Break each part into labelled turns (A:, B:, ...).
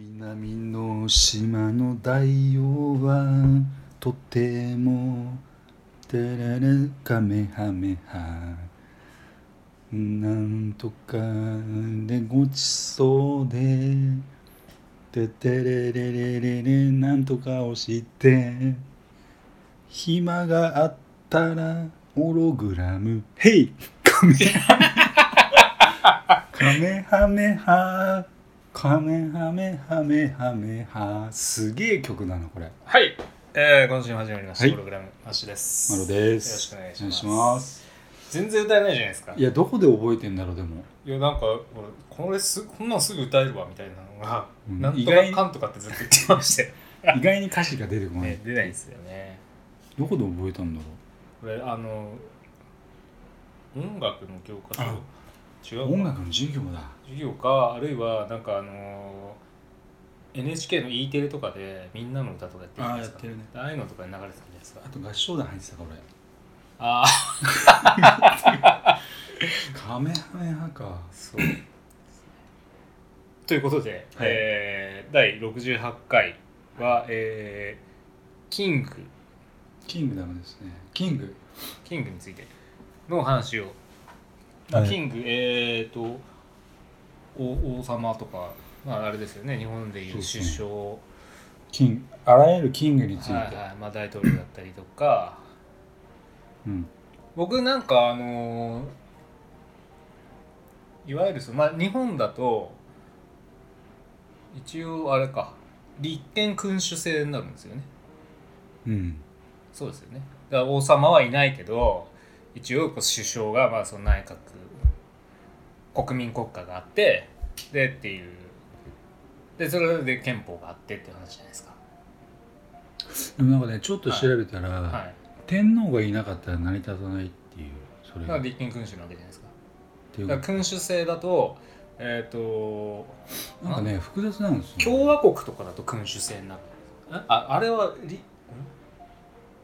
A: 南の島の大王はとてもてれれかめはめはなんとかでごちそうでててれれれれれなんとかをして暇があったらオログラムヘイカメカメハメハカメハメハメハメハすげえ曲だなこれ
B: はい、えー、今週も始まりました、
A: はい
B: プログラムマッシュです
A: マロです
B: よろしくお願いします
A: お願いします
B: 全然歌えないじゃないですか
A: いやどこで覚えてんだろうでも
B: いやなんか俺これすこんなんすぐ歌えるわみたいなのが、
A: うん
B: なん
A: 意
B: と
A: 外に
B: かかんとかってずっと言ってまして、
A: 意外に歌詞が出てこない
B: ね、出ないんですよね
A: どこで覚えたんだ
B: これあの音楽の教科
A: あ
B: 書違
A: ろう
B: うか
A: 音楽の授業だ
B: 授業かあるいはなんかあの NHK の E テレとかで「みんなの歌」とかやってるじゃないです
A: あーや
B: か
A: ってるね
B: ああいうのとかで流れてたじゃないですか
A: あと合唱団入ってたか
B: ああ
A: 俺カメハメ派か
B: そうということで、
A: はい
B: えー第68回は、えーキング
A: キングダムですねキング
B: キングについてのお話を、まあ
A: はい
B: キングえっ、と王王様とか、まあ、あれですよね日本でいう首
A: そう
B: 相
A: ですキングあらゆるキングについて、
B: はいはいまあ、大統領だったりとか
A: うん
B: 僕なんかあのーいわゆるその、まあ、日本だと一応あれか立憲君主制になるんですよね
A: うん
B: そうですよねだから王様はいないけど一応こう首相がまあその内閣国民国家があってでっていうでそれで憲法があってっていう話じゃないですか
A: でもなんかねちょっと調べたら、
B: はい
A: 天皇がいなかったら成り立たないっていうそれ
B: だから
A: が
B: 立憲君主なわけじゃないですか
A: ってい
B: だ
A: う
B: から
A: か
B: 君主制だとえっ、と
A: なんかね複雑なんですよ
B: 共和国とかだと君主制になるえああれはりんだか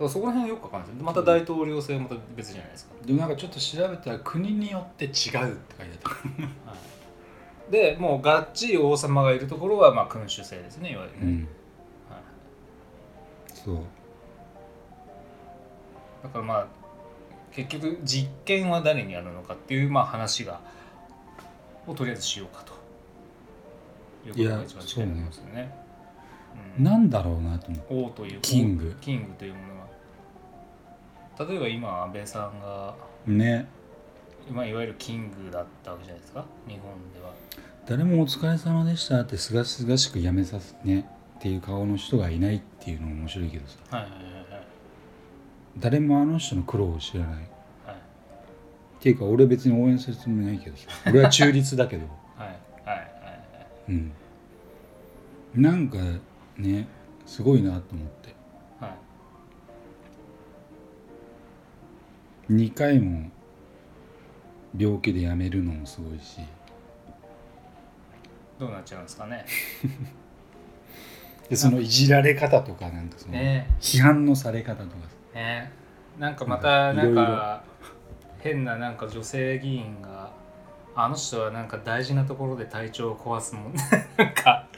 B: らそこら辺よくわかんないですよまた大統領制はまた別じゃないですか、
A: でもなんかちょっと調べたら国によって違うって書いてあった
B: はい、でもうがっちり王様がいるところはまあ君主制ですねいわゆ
A: う
B: るね、
A: ん
B: はい、
A: そう
B: だからまあ結局実験は誰にやるのかっていうまあ話がをとりあえずしようかということが一番近いと思いますよねうん
A: なんだろうなと思って
B: 王という
A: キング
B: キングというものは例えば今安倍さんが
A: ね
B: まあ、いわゆるキングだったわけじゃないですか日本では
A: 誰もお疲れ様でしたってすがすがしくやめさせねっていう顔の人がいないっていうのも面白いけどさ
B: はいはいはいはい
A: 誰もあの人の苦労を知らないっ
B: はい
A: ていうか俺別に応援するつもりないけどさ俺は中立だけど
B: はいはいはい
A: うんなんかねすごいなと思って
B: はい
A: 2回も病気で辞めるのもすごいし
B: どうなっちゃうんですかね
A: でそのいじられ方とかなんかその
B: ね
A: 批判のされ方とか
B: えねえなんかまたなん
A: いろいろ
B: か変ななんか女性議員があの人はなんか大事なところで体調を壊すもん なんか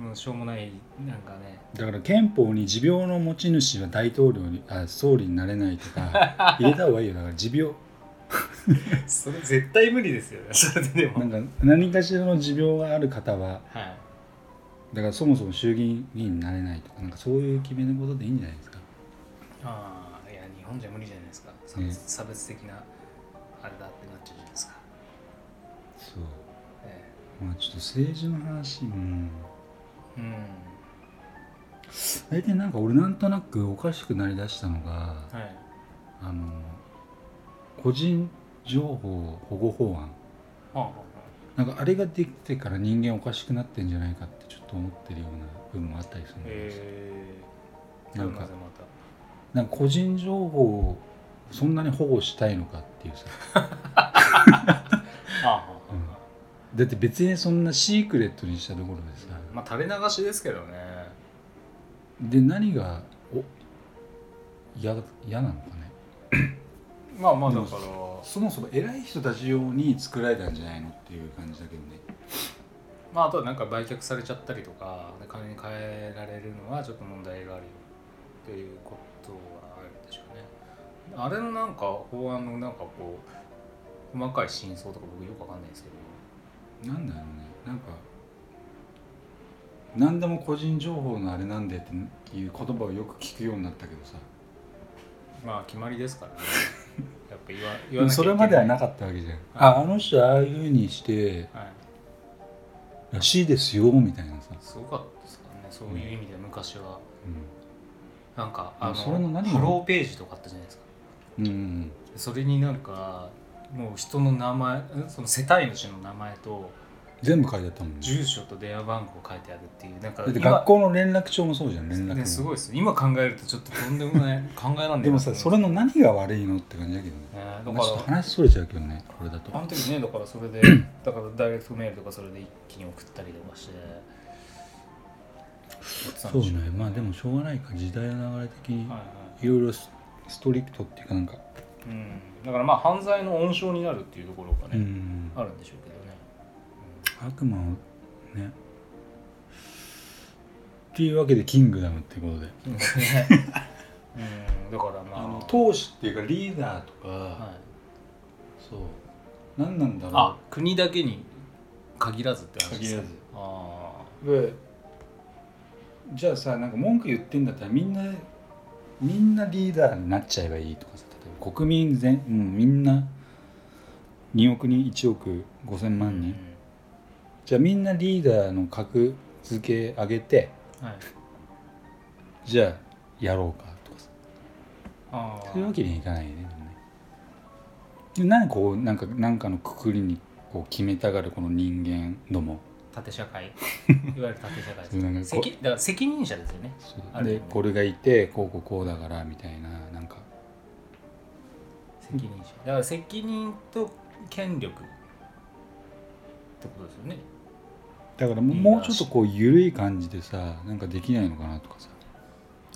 B: もうしょうもないなんかね
A: だから憲法に持病の持ち主は大統領にあ総理になれないと か入れた方がいいよだから持病
B: それ絶対無理で すよねそれででも
A: なんか何かしらの持病がある方は
B: はい
A: だからそもそも衆議院議員になれないとかなんかそういう決めのことでいいんじゃないですか
B: ああいや日本じゃ無理じゃないですか差
A: ね
B: 別差別的なあれだってなっちゃうじゃないですか、
A: そう
B: ええ
A: まあちょっと政治の話も
B: うん
A: 大体なんか俺なんとなくおかしくなりだしたのが
B: はい
A: あの個人情報保護法案
B: はあは
A: なんかあれができてから人間おかしくなってんじゃないかってちょっと思ってるような部分もあったりするんですよ
B: えー、
A: なん
B: な
A: か
B: ぜまた
A: なんか個人情報をそんなに保護したいのかっていうさ
B: ああ、は
A: だって別にそんなシークレットにしたところでさ
B: あまあ垂れ流しですけどね
A: で何がお嫌嫌なのかね
B: まあまあ
A: で
B: だ
A: も
B: から
A: そもそも偉い人たち用に作られたんじゃないのっていう感じだけどね
B: まあ、あとはなんか売却されちゃったりとかで金に換えられるのはちょっと問題があるよっていうことはあるんでしょうねあれのなんか法案のなんかこう細かい真相とか僕よくわかんないですけど
A: なんだろうねなんか何でも個人情報のあれなんでっていう言葉をよく聞くようになったけどさ
B: まあ決まりです からねやっぱ言わ言わなきゃいけない
A: それまではなかったわけじゃんああの人ああいうふうにして
B: はい
A: らしいですよみたいなさ、
B: すごかったですからねそういう意味で昔は、
A: う
B: なんかあの
A: それの何が
B: ハローページとかあったじゃないですか
A: ん、うん
B: それになんかもう人の名前んその世帯主の名前と
A: 全部書いてあったもんね
B: 住所と電話番号を書いてあるっていうなんか
A: だって
B: 今
A: 学校の連絡帳もそうじゃん連絡
B: ね、す
A: も
B: ごいです今考えるとちょっととんでもない考えなんだ
A: でもさそれの何が悪いのって感じだけどね
B: ね
A: ち
B: だか
A: ょ
B: ら
A: っと話それちゃうけどねこれだと
B: あの時ねだからそれ でだからダイレクトメールとかそれで一気に送ったりとかしてやってたん
A: そう
B: でしょ
A: ねまあでもしょうがないか時代の流れ的に
B: はいはい
A: ろいろスストリクトっていうかなんか
B: い、うん、だからまあ犯罪の温床になるっていうところが
A: う
B: ね、
A: ん
B: あるんでしょうけどね
A: 悪魔をねっていうわけでキングダムってことで
B: うん うんだからまあ
A: あの投資っていうかリーダーとか、
B: はい
A: そう何なんだ
B: あ
A: ろ
B: 国だけに限らずって
A: う
B: 話
A: 限
B: です
A: ら
B: か
A: ず
B: あ
A: でじゃあさなんか文句言ってんだったらみんなみんなリーダーになっちゃえばいいとかさ例えば国民全、うん、みんな2億人1億5,000
B: あ
A: 万人、じゃあみんなリーダーの格付け上げて
B: うんはい
A: じゃあやろうかとかさ
B: ああ
A: そういうわけにはいかないよね。でもねでなんかこうなんかなんかのくくりにこう決めたがるこの人間ども
B: 縦社 会いわゆる縦社会です
A: なんかこ
B: ね
A: う
B: 責だから責任者ですよねあるよ
A: で
B: ね
A: これがいてこうこうこうだからみたいななんか
B: 責任者だから責任と権力ってことですよね
A: だからもう
B: いいな
A: もうちょっとこう緩い感じでさなんかできないのかなとかさ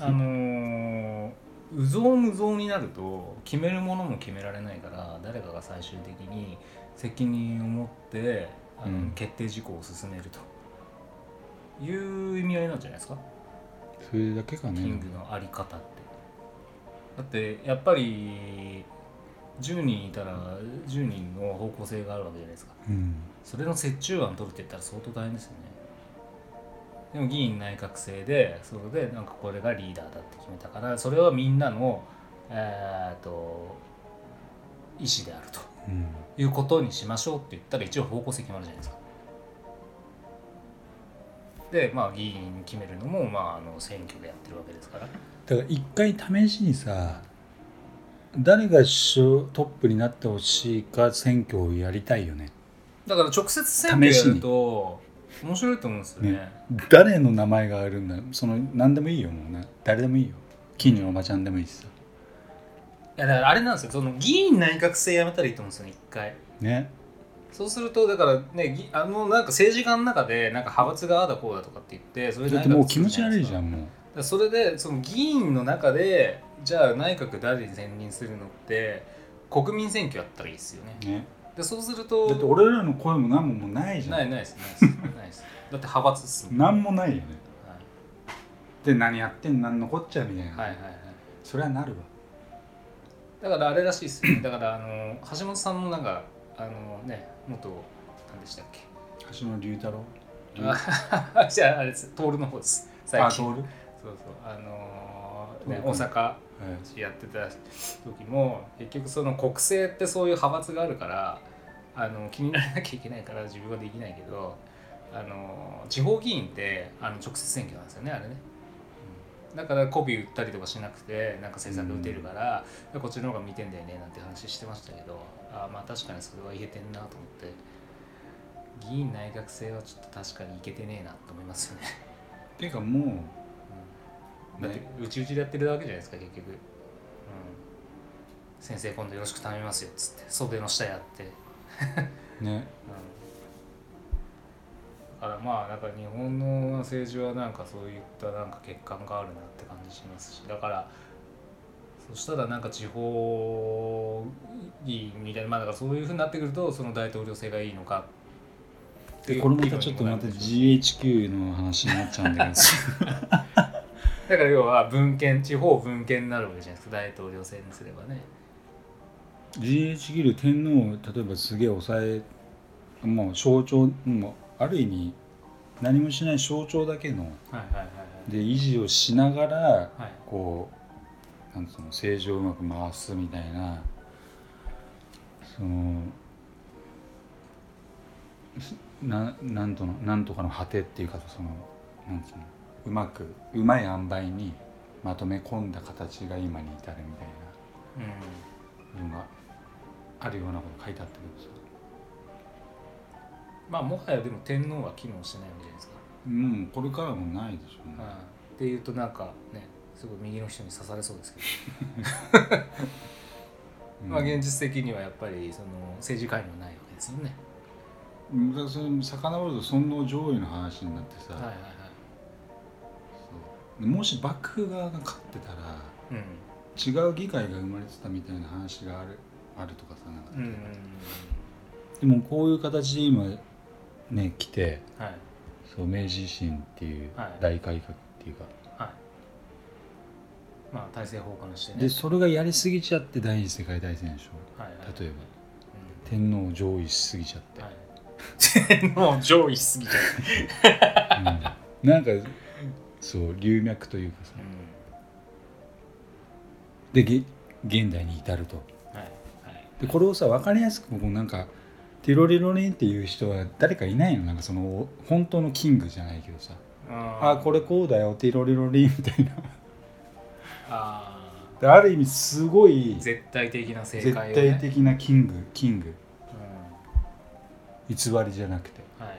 B: あのー、うぞうむぞうになると決めるものも決められないから誰かが最終的に責任を持ってあの、
A: うん
B: 決定事項を進めるという意味合いなんじゃないですか
A: それだけか
B: キン
A: ね
B: グのあり方ってだってやっぱり10人いたら10人の方向性があるわけじゃないですか
A: うん
B: それの折衷案取るって言ったら相当大変ですよねでも議員内閣制でそれでなんかこれがリーダーだって決めたからそれはみんなのえーっと意思であると
A: うん
B: いうことにしましょうって言ったら一応方向性決まるじゃないですかでまあ議員決めるのもまああの選挙でやってるわけですから
A: だから一回試しにさ誰が首相トップになってほしいか選挙をやりたいよね
B: だから直接選挙やると面白いと思うんですよね
A: ね誰の名前があるんだその何でもいいよもうね誰でもいいよ近所のおばちゃんでもいいしさ
B: いやだからあれなんですよその議員内閣制やめたらいいと思うんですよね一回
A: ね
B: そうするとだからねぎあのなんか政治家の中でなんか派閥がああだこうだとかって言ってそれで
A: だってもう気持ち悪い
B: 内閣する
A: じゃ
B: ないです
A: んも
B: か
A: う
B: だからそれでその議員の中でじゃあ内閣誰に選任するのって国民選挙やったらいいですよね
A: ね
B: でそうする
A: だ
B: と
A: って俺らの声も何ももうないじゃ
B: なんいないですないですないですだって派閥っすもん
A: 何もないよね
B: は
A: で何やってんの何残っちゃうみたい
B: い
A: な、
B: はいはいはい
A: それはなるわ
B: だからあれらしいです よねだからあの橋本さんもなんかあのね元何でしたっけ
A: 橋野龍太郎
B: あ じゃああれです徹の方です最近
A: ル、
B: そうそうあのー
A: 徹
B: ね、
A: 君
B: 大阪
A: はい
B: やってた時も結局その国政ってそういう派閥があるからあの気にならなきゃいけないから自分はできないけどあの地方議員ってあの直接選挙なんですよねあれね。うんだから媚び売ったりとかしなくてなんか政策打てるから、こっちの方が見てんだよねなんて話してましたけどあーまあ確かにそれは言えてんなと思って議員内閣制はちょっと確かにいけてねえなと思いますよね。
A: ていうかもう、
B: だって
A: ね、
B: うちうちでやってるだけじゃないですか結局、うん、先生今度よろしく頼みますよっつって袖の下やって、うん、
A: ね
B: だからまあなんか日本の政治はなんかそういったなんか欠陥があるなって感じしますしだからそしたらなんか地方議員みたいなまあだからそういうふうになってくるとその大統領制がいいのか
A: でこれまたちょっとまた GHQ の話になっちゃうんだけど
B: だから要は文献地方文献になるわけじゃないですか大統領選にすればね
A: GHQ で天皇を例えばすげえ抑えもう象徴もうある意味何もしない象徴だけの
B: はいはいはい
A: で維持をしながら
B: はいはい
A: こうなんつうの政治をうまく回すみたいなそのすななんとのなんとかの果てっていうかそのなんつうのうまくうまい塩梅にまとめ込んだ形が今に至るみたい
B: う
A: な部
B: ん
A: 分があるようなこと書いてあったけどさ
B: まあもはやでも天皇は機能してないわけじゃないですか、
A: うんこれからはもうないでしょうね
B: うん、っていうとなんかねすごい右の人に刺されそうですけど、
A: うん
B: まあ現実的にはやっぱりその政治介入はないわけですよね
A: 昔その遡ると尊皇攘夷の話になってさ、
B: はいはいはい
A: そうもし幕府側が勝ってたら
B: う
A: 違う議会が生まれてたみたいな話があるあるとかさなんか
B: んうんうんうん
A: でもこういう形で今ね来て
B: はい
A: そう明治維新っていう
B: はい
A: 大改革っていうか、
B: はいまあ体制崩壊してね
A: でそれがやりすぎちゃって第二次世界大戦でしょ
B: はいはい
A: 例えば
B: うん
A: 天皇を攘夷しすぎちゃって、
B: はい天皇上位しすぎちゃう、
A: うんなんかそう流脈というかさでげ現代に至ると
B: はいはい
A: でこれをさ分かりやすくこうなんかティロリロリンっていう人は誰かいないのなんかその本当のキングじゃないけどさあこれこうだよティロリロリンみたいな
B: あ
A: である意味すごい
B: ー絶対的な正
A: 絶
B: 解を、ね、
A: 対的なキングキング
B: う
A: 偽
B: ん
A: りじゃなくて
B: はいはい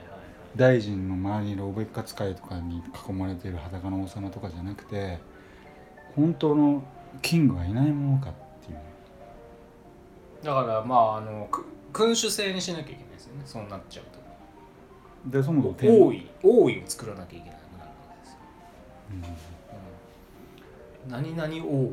B: はい
A: 大臣の周りのおべっか使いとかに囲まれている裸の王様とかじゃなくて本当のキングはいないものかっていう
B: だからまああのく君主制にしなきゃいけないですよねそうなっちゃうと
A: でそもそも天
B: 王位王位を作らなきゃいけなくなるわけですよ、うん、何々王みたい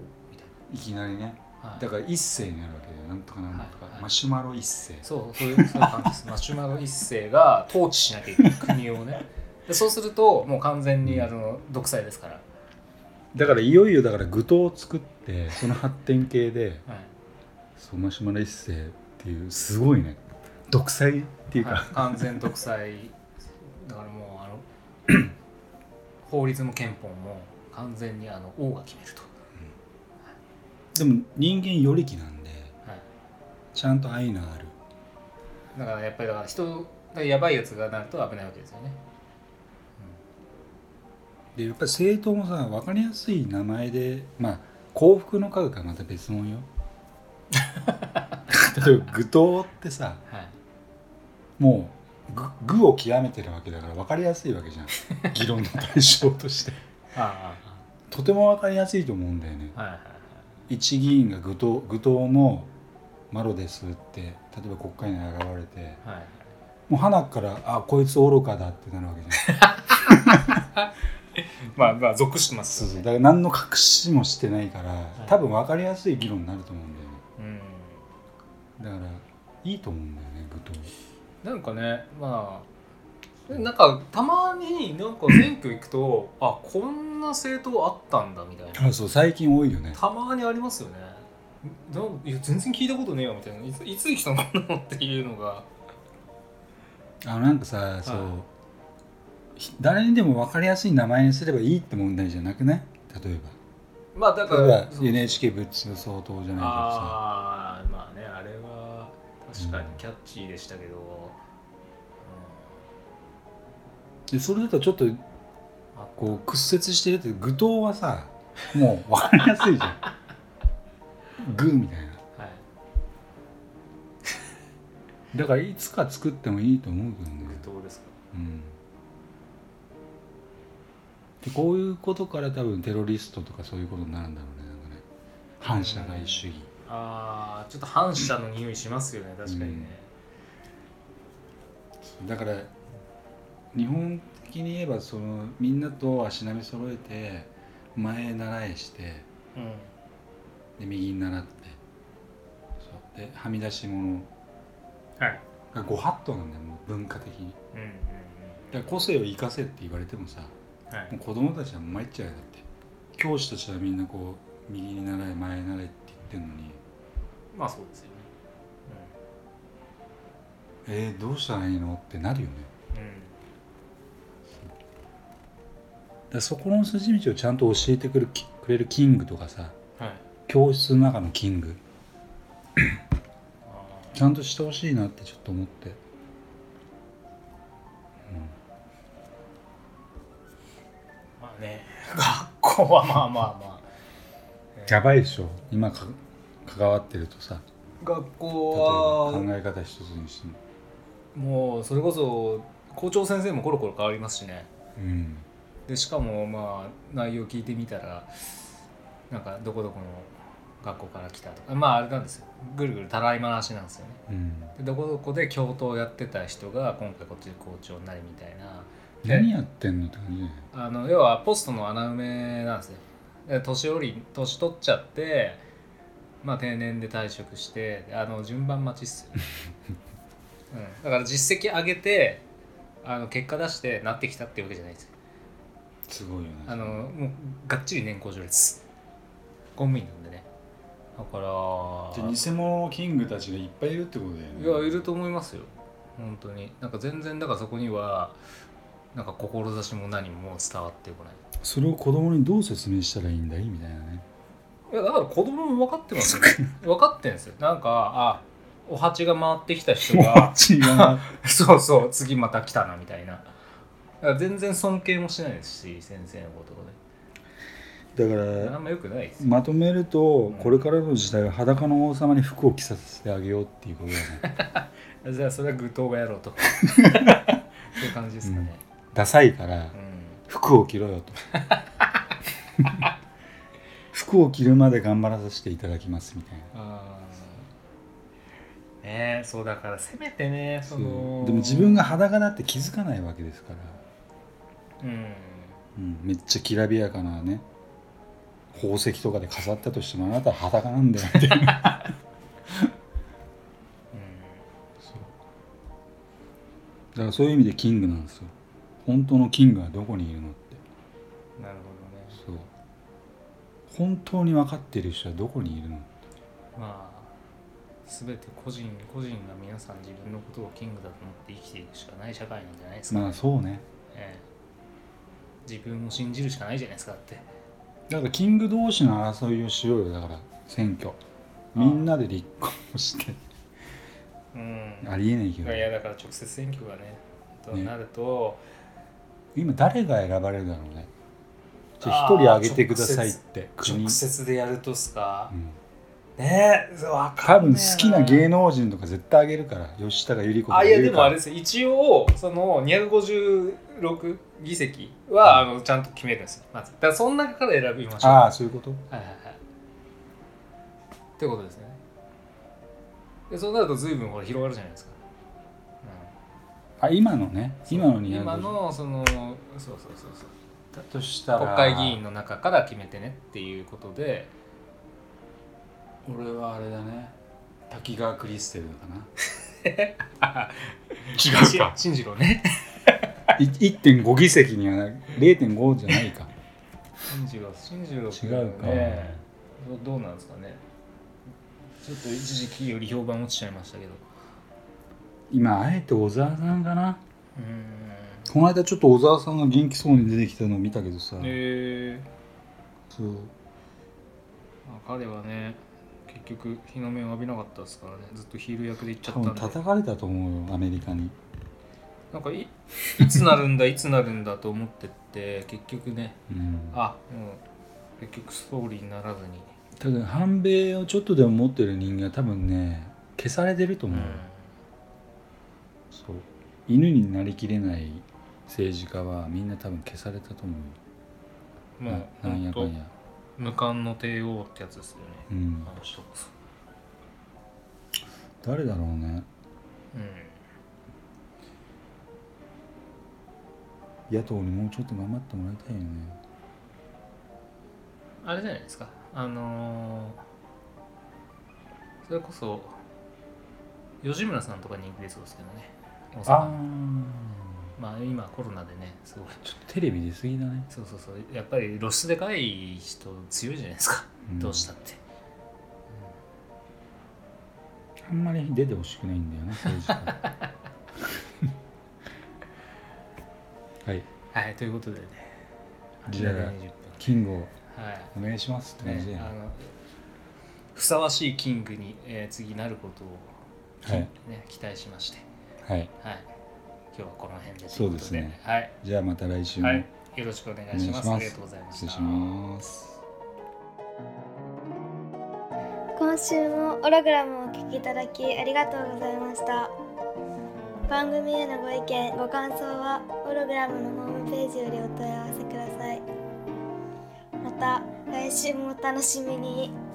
A: いきなりね
B: な、はい、
A: だから一世になるわけでなんとかなんとか、
B: はいはい
A: マシュマロ一世
B: そうそういうそういう感じですマシュマロ一世が統治しなきゃいけない国をねでそうするともう完全にあの独裁ですから、
A: だからいよいよだから具刀を作ってその発展系で
B: はい
A: そうマシュマロ一世っていうすごいね独裁っていうか、
B: はい完全独裁だからもうあの法律も憲法も完全にあの王が決める
A: で
B: と、
A: も人間よりきなんで
B: はい、
A: ちゃんと愛のある
B: だからやっぱりだから人がやばいやつがなると危ないわけですよね
A: でやっぱり政党もさ分かりやすい名前でまあ幸福の科学はまた別物よ 例えば具刀ってさ
B: はい
A: もう具具を極めてるわけだから分かりやすいわけじゃん議論の対象として
B: あ
A: とても分かりやすいと思うんだよね
B: あはいはい
A: 一議員が愚党愚党のマロですって例えば国会内に現れて
B: はいはい
A: もう花から「あこいつ愚かだ」ってなるわけじゃん
B: まあまあ属してま
A: そうそうだから何の隠しもしてないから
B: い
A: 多分分かりやすい議論になると思うんだよね
B: うん
A: だからいいと思うんだよね愚党
B: なんかねまあなんかたまになんか選挙行く とあこんな政党あったんだみたいな
A: あそう最近多いよね
B: たまにありますよねなんいや全然聞いたことねえよみたいないついつ生きたのこんなのっていうのが
A: あのなんかさそう、
B: は
A: ひ誰にでも分かりやすい名前にすればいいって問題じゃなくない例え
B: まあだ
A: ば
B: か
A: 例え
B: ら
A: ば
B: そう
A: NHK ぶっつ相当じゃないけどさ
B: ああまあねあれは確かにキャッチーでしたけど、
A: でそれだとちょっと
B: あ
A: こう屈折してるって具刀はさもう分かりやすいじゃん 具みたいな
B: うんはい
A: だからいつか作ってもいいと思うけどね
B: 具、刀ですか
A: うん、でこういうことから多分テロリストとかそういうことになるんだろうねなんかね反社会主義
B: ああちょっと反射の匂いしますよね確かにね、
A: だから日本的に言えばそのみんなと足並み揃えて前習いして
B: うん
A: で右に習ってそうではみ出し物
B: はい
A: がご法度なんだよもう文化的に
B: うんうん
A: だから個性を生かせって言われてもさ
B: うんは
A: も
B: いう
A: 子供たちは参っちゃうよだって教師たちはみんなこう右に習え前に習えって言ってんのに
B: まあそうですよね
A: えー、どうしたらいいのってなるよね
B: うん、
A: だからそこの筋道をちゃんと教えてくるきくれるキングとかさ
B: うん、はい
A: 教室の中のキング
B: あー
A: ちゃんとしてほしいなってちょっと思って、
B: まあね 学校はまあまあまあ
A: やばいでしょ今か関わってるとさ
B: 学
A: 例え
B: 校
A: ば考
B: は
A: え方一つにしても
B: もうそれこそ校長先生もコロコロ変わりますしね
A: うん
B: でしかもまあ内容聞いてみたらなんかどこどこの学校から来たとかまああれなんですよぐるぐるたらい回しなんですよね
A: うん
B: でどこどこで教頭をやってた人が今回こっちで校長になりみたいなで
A: 何やってんのって感じだよね
B: あの要はポストの穴埋めなんですねで年寄り年取っちゃってまあ定年で退職してあの順番待ちっす よ、うん、だから実績上げてあの結果出してなってきたっていうわけじゃないですよ
A: すごいよね
B: あのもうがっちり年功序列公務員なんでねだから
A: じゃあ偽物のキングたちがいっぱいいるってことだ
B: い
A: よ
B: や
A: ね
B: いると思いますよ本当になんか全然だからそこにはなんか志も何も伝わってこない
A: それを子供にどう説明したらいいんだいみたいなね
B: いやだから子供も分かってますよ、ね、分かってんですよなんかあお鉢が回ってきた 人が
A: 違う
B: そうそう次また来たなみたいなだから全然尊敬もしないですし先生のことをね
A: だか
B: あ
A: ら
B: んまよくないですよ
A: まとめるとこれからの時代は裸の王様に服を着させてあげようっていうことだよ ね
B: じゃあそれは愚党がやろうとそういう感じですかね、
A: ダサいから
B: うん
A: 服を着ろ よと服を着るまで頑張らさせていただきますみたいな
B: あーねえそうだからせめてね
A: そ
B: そ
A: うで
B: の
A: も自分が裸だって気づかないわけですから、
B: うん
A: うん、めっちゃきらびやかなね宝石とかで飾ったとしてもあなたは裸なん だよってそうだからそういう意味でキングなんですよ本当のキングはどこにいるのって
B: うんなるほ
A: そう本当に分かってる人はどこにいるの
B: どねまあ全て個人個人が皆さん自分のことをキングだと思って生きていくしかない社会なんじゃないですか、
A: まあそうね
B: ええ自分を信じるしかないじゃないですかだって
A: だからキング同士の争いをしようよだから選挙みんなで立候補して
B: うん
A: ありえないけど
B: いやだから直接選挙がねと
A: ね
B: なると、
A: 今誰が選ばれるだろうねじゃあ
B: あ
A: 一
B: ー
A: 人挙げてくださいって国
B: 直接でやるとっすか
A: う、ん
B: ねえそうわか
A: 多
B: んねえ
A: 分
B: な
A: 好きな芸能人とか絶対あげるから吉高由里子と
B: あ
A: か
B: いやでもあれ
A: で
B: ですよ一応その256議席は、あのちゃんと決めるんですよまずだからその中から選びましょう
A: ああそういうこと
B: はいはいはいってことですねでそうなると随分これ広がるじゃないですか、
A: あ今のね
B: うん
A: 今の250
B: 今のそのそうそうそうそう
A: だとしたら
B: 国会議員の中から決めてねっていうことで
A: 俺はあれだね滝川クリステルかな 違うか
B: 信じろね
A: い1.5議席にはな0.5じゃないか
B: 信じろ信じろ
A: 違うか
B: ねどどうなんですかねちょっと一時期より評判落ちちゃいましたけど
A: 今あえて小沢さんかな
B: うーん
A: この間ちょっと小沢さんが元気そうに出てきたのを見たけどさ、
B: え
A: そう
B: まあ、彼はね結局日の目を浴びなかったですからねずっとヒール役で行っちゃ
A: 多
B: った
A: 分
B: んで
A: 叩かれたと思うよアメリカに
B: なんかいいつなるんだいつなるんだと思ってって結局ね
A: うん
B: あもう結局ストーリーにならずに、
A: 多分反米をちょっとでも持ってる人間は多分ね消されてると
B: う
A: 思う、そう犬になりきれない政治家はみんな多分消されたと思うよ
B: もう
A: ななんや
B: 本
A: かん
B: 当
A: や
B: 無冠の帝王ってやつですよね
A: うん
B: あの人こそ
A: 誰だろうね
B: うん
A: 野党にもうちょっと頑張ってもらいたいよね
B: あれじゃないですかあのーそれこそ吉村さんとか人気出そうですけどね大
A: あ
B: 阪まあ今コロナでねすごい
A: ーちょっとテレビ出過ぎだね、
B: そうそうそうやっぱり露出でかい人強いじゃないですか、
A: ん
B: どうしたって
A: あんまり出てほしくないんだよね政治家 はい
B: はいということでね
A: じゃあ
B: 8時20
A: キングを
B: 分はい
A: お願いしますって感じで、
B: ね、あのふさわしいキングに、えー次なることを、
A: はい
B: ね、期待しまして、
A: はい
B: はい、今日はこの辺でとい
A: そう
B: こ
A: で
B: と
A: すね
B: はい
A: じゃあまた来週も
B: はい、よろしくお願いします。
A: お願いします
B: ありがとうございまし
A: 失礼
B: た
A: し。ます、
C: 今週もオログラムをお聞きいただきありがとうございました番組へのご意見ご感想はオログラムのホームページよりお問い合わせくださいまた来週もお楽しみに